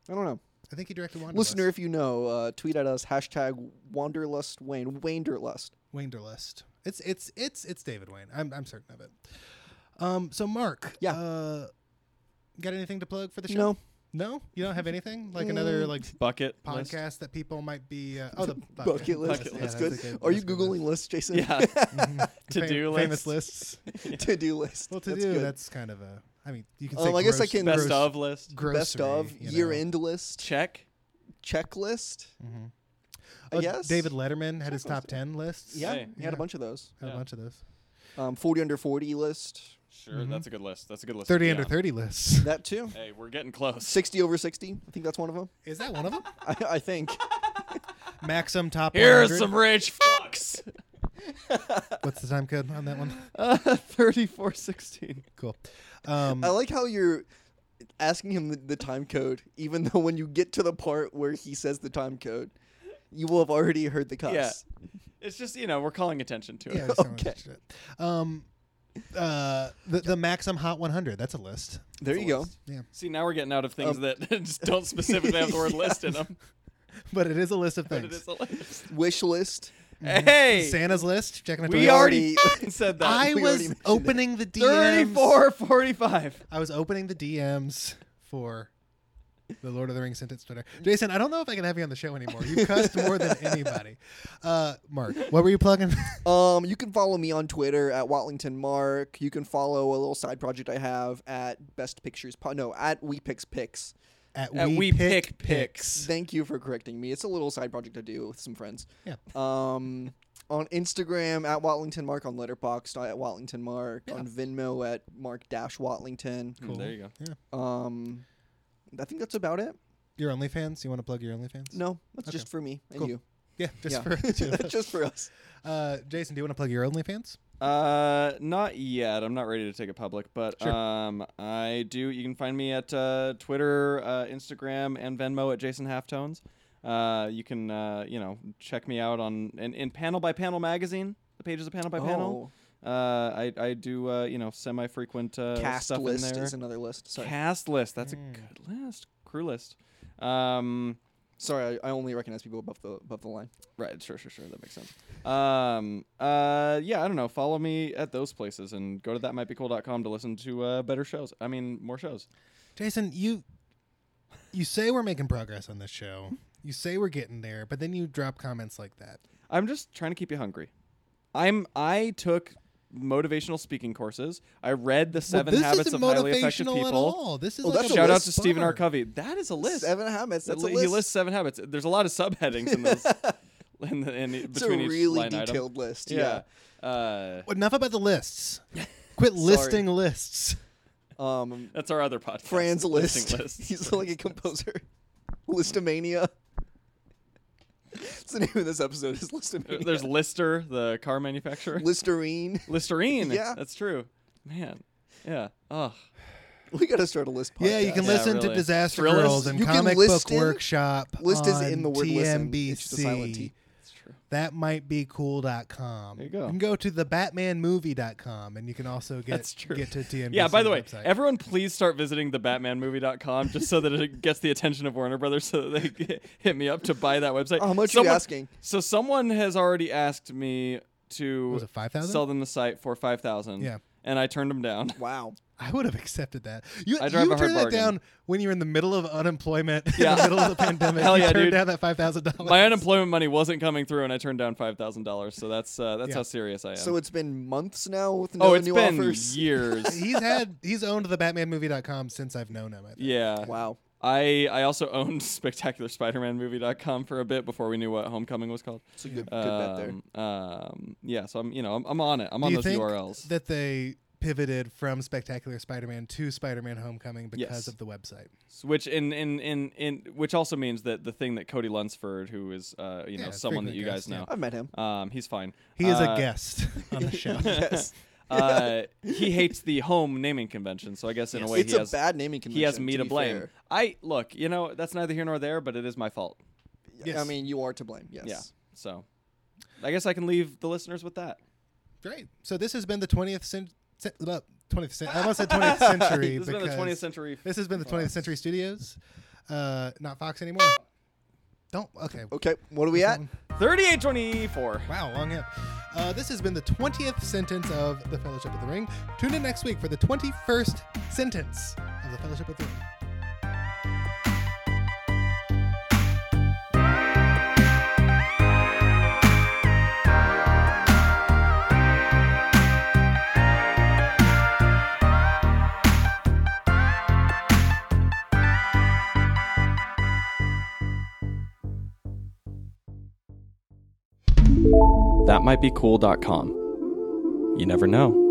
S2: I don't know.
S1: I think he directed Wanderlust.
S2: Listener, if you know, uh, tweet at us hashtag Wanderlust Wayne Wanderlust.
S1: Wanderlust. It's it's it's it's David Wayne. I'm I'm certain of it. Um, so Mark,
S2: Yeah.
S1: uh, got anything to plug for the show?
S2: No, Mm.
S1: no, you don't have anything like another like
S3: bucket list?
S1: podcast that people might be. Uh, oh, the
S2: bucket list.
S3: Bucket
S1: Yeah,
S2: that's,
S1: a
S2: good.
S1: good-
S2: Are you
S1: that's a good list.
S2: googling lists, Jason?
S3: Yeah. to do
S1: Fam-
S3: list.
S1: famous lists.
S2: to do list.
S1: Well, to
S2: that's
S1: do
S2: good.
S1: that's kind of a. I mean, you can
S2: Um,
S1: say.
S2: I guess I
S1: gross-
S2: can-
S3: Best
S1: gross-
S3: of
S2: best
S3: list.
S1: grocery,
S2: of
S1: you know.
S2: year end list
S3: Check.
S2: checklist.
S1: Mhm.
S2: I
S1: Oh,
S2: guess
S1: David Letterman had his
S2: Checklist.
S1: top ten lists.
S2: Yeah,
S3: Hey,
S2: he had a
S1: yeah.
S2: bunch of those.
S1: had
S3: Yeah.
S1: a bunch of those.
S2: Um, forty under forty list.
S3: Sure,
S1: Mhm.
S3: that's a good list. That's a good list. to
S1: Thirty
S3: be
S1: under
S3: on.
S1: thirty lists.
S2: That too.
S3: Hey, we're getting close.
S2: Sixty over sixty. I think that's one of them.
S1: Is that one of them?
S2: I, I think.
S1: Maxim top.
S3: Here's
S1: 100.
S3: some rich fucks.
S1: What's the time code on that one?
S3: Uh, Thirty-four sixteen.
S1: Cool. Um,
S2: I like how you're asking him the, the time code, even though when you get to the part where he says the time code, you will have already heard the cuss.
S3: Yeah. It's just you know we're calling attention to it.
S1: yeah, I just don't wanna
S2: okay.
S1: touch it. Um, uh, the the Maxim Hot 100. That's a list.
S2: There you go.
S1: Yeah,
S3: See, now we're getting out of things
S2: Um,
S3: that just don't specifically have the word
S2: Yeah.
S3: list in them.
S1: but it is a list of
S3: But it
S1: things.
S3: is a list.
S2: Wish list.
S3: Hey,
S1: Santa's list. Checking it.
S3: we
S2: We already-
S3: already fucking said that.
S1: I
S2: we already
S1: was
S2: mentioned it.
S1: opening the DMs.
S3: 34 45.
S1: I was opening the DMs for the Lord of the Rings sentence Twitter. Jason, I don't know if I can have you on the show anymore. You cussed more than anybody. Uh, Mark, what were you plugging?
S2: Um, you can follow me on Twitter at Watlington Mark. You can follow a little side project I have at Best Pictures. Po- no, at We Picks Picks.
S3: At We Pick Picks.
S2: Thank you for correcting me. It's a little side project I do with some friends.
S1: Yeah.
S2: Um, on Instagram at Watlington Mark, on Letterboxd at Watlington Mark, on Venmo at Mark Dash Watlington.
S3: Hmm, There you go.
S1: Yeah.
S2: Um, I think that's about it.
S1: Your OnlyFans? You want to plug your OnlyFans?
S2: No, that's
S1: Okay.
S2: just for me and
S1: Cool.
S2: you.
S1: Yeah, just
S2: yeah.
S1: for the two of us.
S2: just for us.
S1: Uh, Jason, do you want to plug your OnlyFans?
S3: Uh, not yet. I'm not ready to take it public, but
S1: Sure.
S3: um, I do. You can find me at uh, Twitter, uh, Instagram, and Venmo at Jason Halftones. Uh, you can uh, you know check me out on in, in Panel by Panel magazine. The pages of Panel by
S2: Oh,
S3: Panel. Uh, I I do uh, you know semi frequent uh,
S2: Cast
S3: stuff in
S2: list
S3: there.
S2: is another list. Sorry,
S3: Cast list. That's
S1: Mm.
S3: a good list. Crew list. Um,
S2: sorry. I, I only recognize people above the above the line.
S3: Right, sure, sure, sure. That makes sense. Um, uh, yeah, I don't know. Follow me at those places and go to thatmightbecool.com to listen to uh, better shows. I mean, more shows.
S1: Jason, you you say we're making progress on this show. You say we're getting there, but then you drop comments like that.
S3: I'm just trying to keep you hungry. I'm. I took motivational speaking courses. I read the Seven
S1: well, this
S3: Habits
S1: isn't
S3: of
S1: motivational
S3: Highly Effective
S1: at
S3: People.
S1: all. This is
S2: Well,
S1: like
S2: that's
S1: a
S2: a
S3: Shout out
S1: list
S3: to Stephen R.
S1: bummer.
S3: Covey. That is a list.
S2: Seven habits. That's a
S3: He
S2: list.
S3: lists seven habits. There's a lot of subheadings in this. in the, in,
S2: it's a
S3: between each
S2: really
S3: line item.
S2: detailed list.
S3: Yeah. Uh,
S1: Enough about the lists. Quit
S2: Sorry.
S1: listing lists.
S2: yeah. Um,
S3: that's our other podcast.
S2: Fran's list.
S3: listing lists.
S2: He's like a composer. Listomania. That's the name of this episode. Is
S3: Uh,
S2: Listomania.
S3: There's Lister, the car manufacturer.
S2: Listerine.
S3: Listerine.
S2: Yeah.
S3: that's true. Man, yeah. Oh,
S2: We gotta start a list. Podcast.
S1: Yeah, you can
S3: Yeah,
S1: listen to
S3: really.
S1: Disaster
S3: Thrillers?
S1: Girls and
S2: You can
S1: Comic
S2: list
S1: Book
S2: in-
S1: Workshop.
S2: list is in
S1: on
S2: the word listen.
S1: TMBC.
S2: It's just a silent T.
S3: that's true.
S1: That might be cool.com.
S3: There you go.
S1: You can go to the batmanmovie.com and you can also get
S3: That's true.
S1: get to TMBC.
S3: Yeah. By the way,
S1: website.
S3: everyone, please start visiting the BatmanMovie.com just so that it gets the attention of Warner Brothers, so that they g- hit me up to buy that website.
S2: How much are
S3: Someone-
S2: you asking?
S3: So someone has already asked me to
S1: What was it 5000?
S3: sell them the site for five thousand.
S1: Yeah.
S3: And I turned them down.
S2: Wow.
S1: I would have accepted that. You,
S3: I drive
S1: you
S3: a hard
S1: turned that
S3: bargain.
S1: down when you're in the middle of unemployment,
S3: Yeah.
S1: in the middle of the pandemic.
S3: Hell
S1: you
S3: yeah,
S1: turned
S3: dude.
S1: down that five thousand dollars.
S3: My unemployment money wasn't coming through, and I turned down five thousand dollars. So that's uh, that's
S1: Yeah.
S3: how serious I am.
S2: So it's been months now with no
S3: oh, it's
S2: new
S3: been
S2: offers.
S3: years.
S1: he's had he's owned the BatmanMovie.com since I've known him. I think.
S3: yeah.
S2: Wow.
S3: I I also owned spectacularspidermanmovie.com for a bit before we knew what Homecoming was called.
S2: It's a good, good bet there.
S3: Um, um, yeah, so I'm you know I'm, I'm on it. I'm
S1: Do
S3: on
S1: you
S3: those
S1: think
S3: URLs.
S1: that they pivoted from Spectacular Spider-Man to Spider-Man: Homecoming because
S3: Yes.
S1: of the website?
S3: S- which in, in in in which also means that the thing that Cody Lunsford, who is uh you
S1: Yeah,
S3: know someone that
S1: frequent
S3: you guys
S1: guest, yeah.
S3: know,
S2: I've met him.
S3: um he's fine.
S1: He is
S3: Uh,
S1: a guest on the show.
S2: yes.
S3: uh, he hates the home naming convention, so I guess in a way
S2: it's
S3: he
S2: a
S3: has
S2: bad naming convention.
S3: he has me to,
S2: be
S3: blame.
S2: fair.
S3: I look, you know that's neither here nor there, but it is my fault.
S1: Yes.
S2: I mean, you are to blame. Yes.
S3: Yeah, so I guess I can leave the listeners with that.
S1: Great. So this has been the twentieth century. Twentieth century. I almost said twentieth century.
S3: this has been the
S1: because
S3: 20th century.
S1: This has been the twentieth century studios. Uh, not Fox anymore. Don't. Okay.
S2: Okay. What are we at?
S3: 3824.
S1: Wow, long hip. Uh, this has been the 20th sentence of The Fellowship of the Ring. Tune in next week for the 21st sentence of The Fellowship of the Ring.
S3: That might be cool.com. You never know.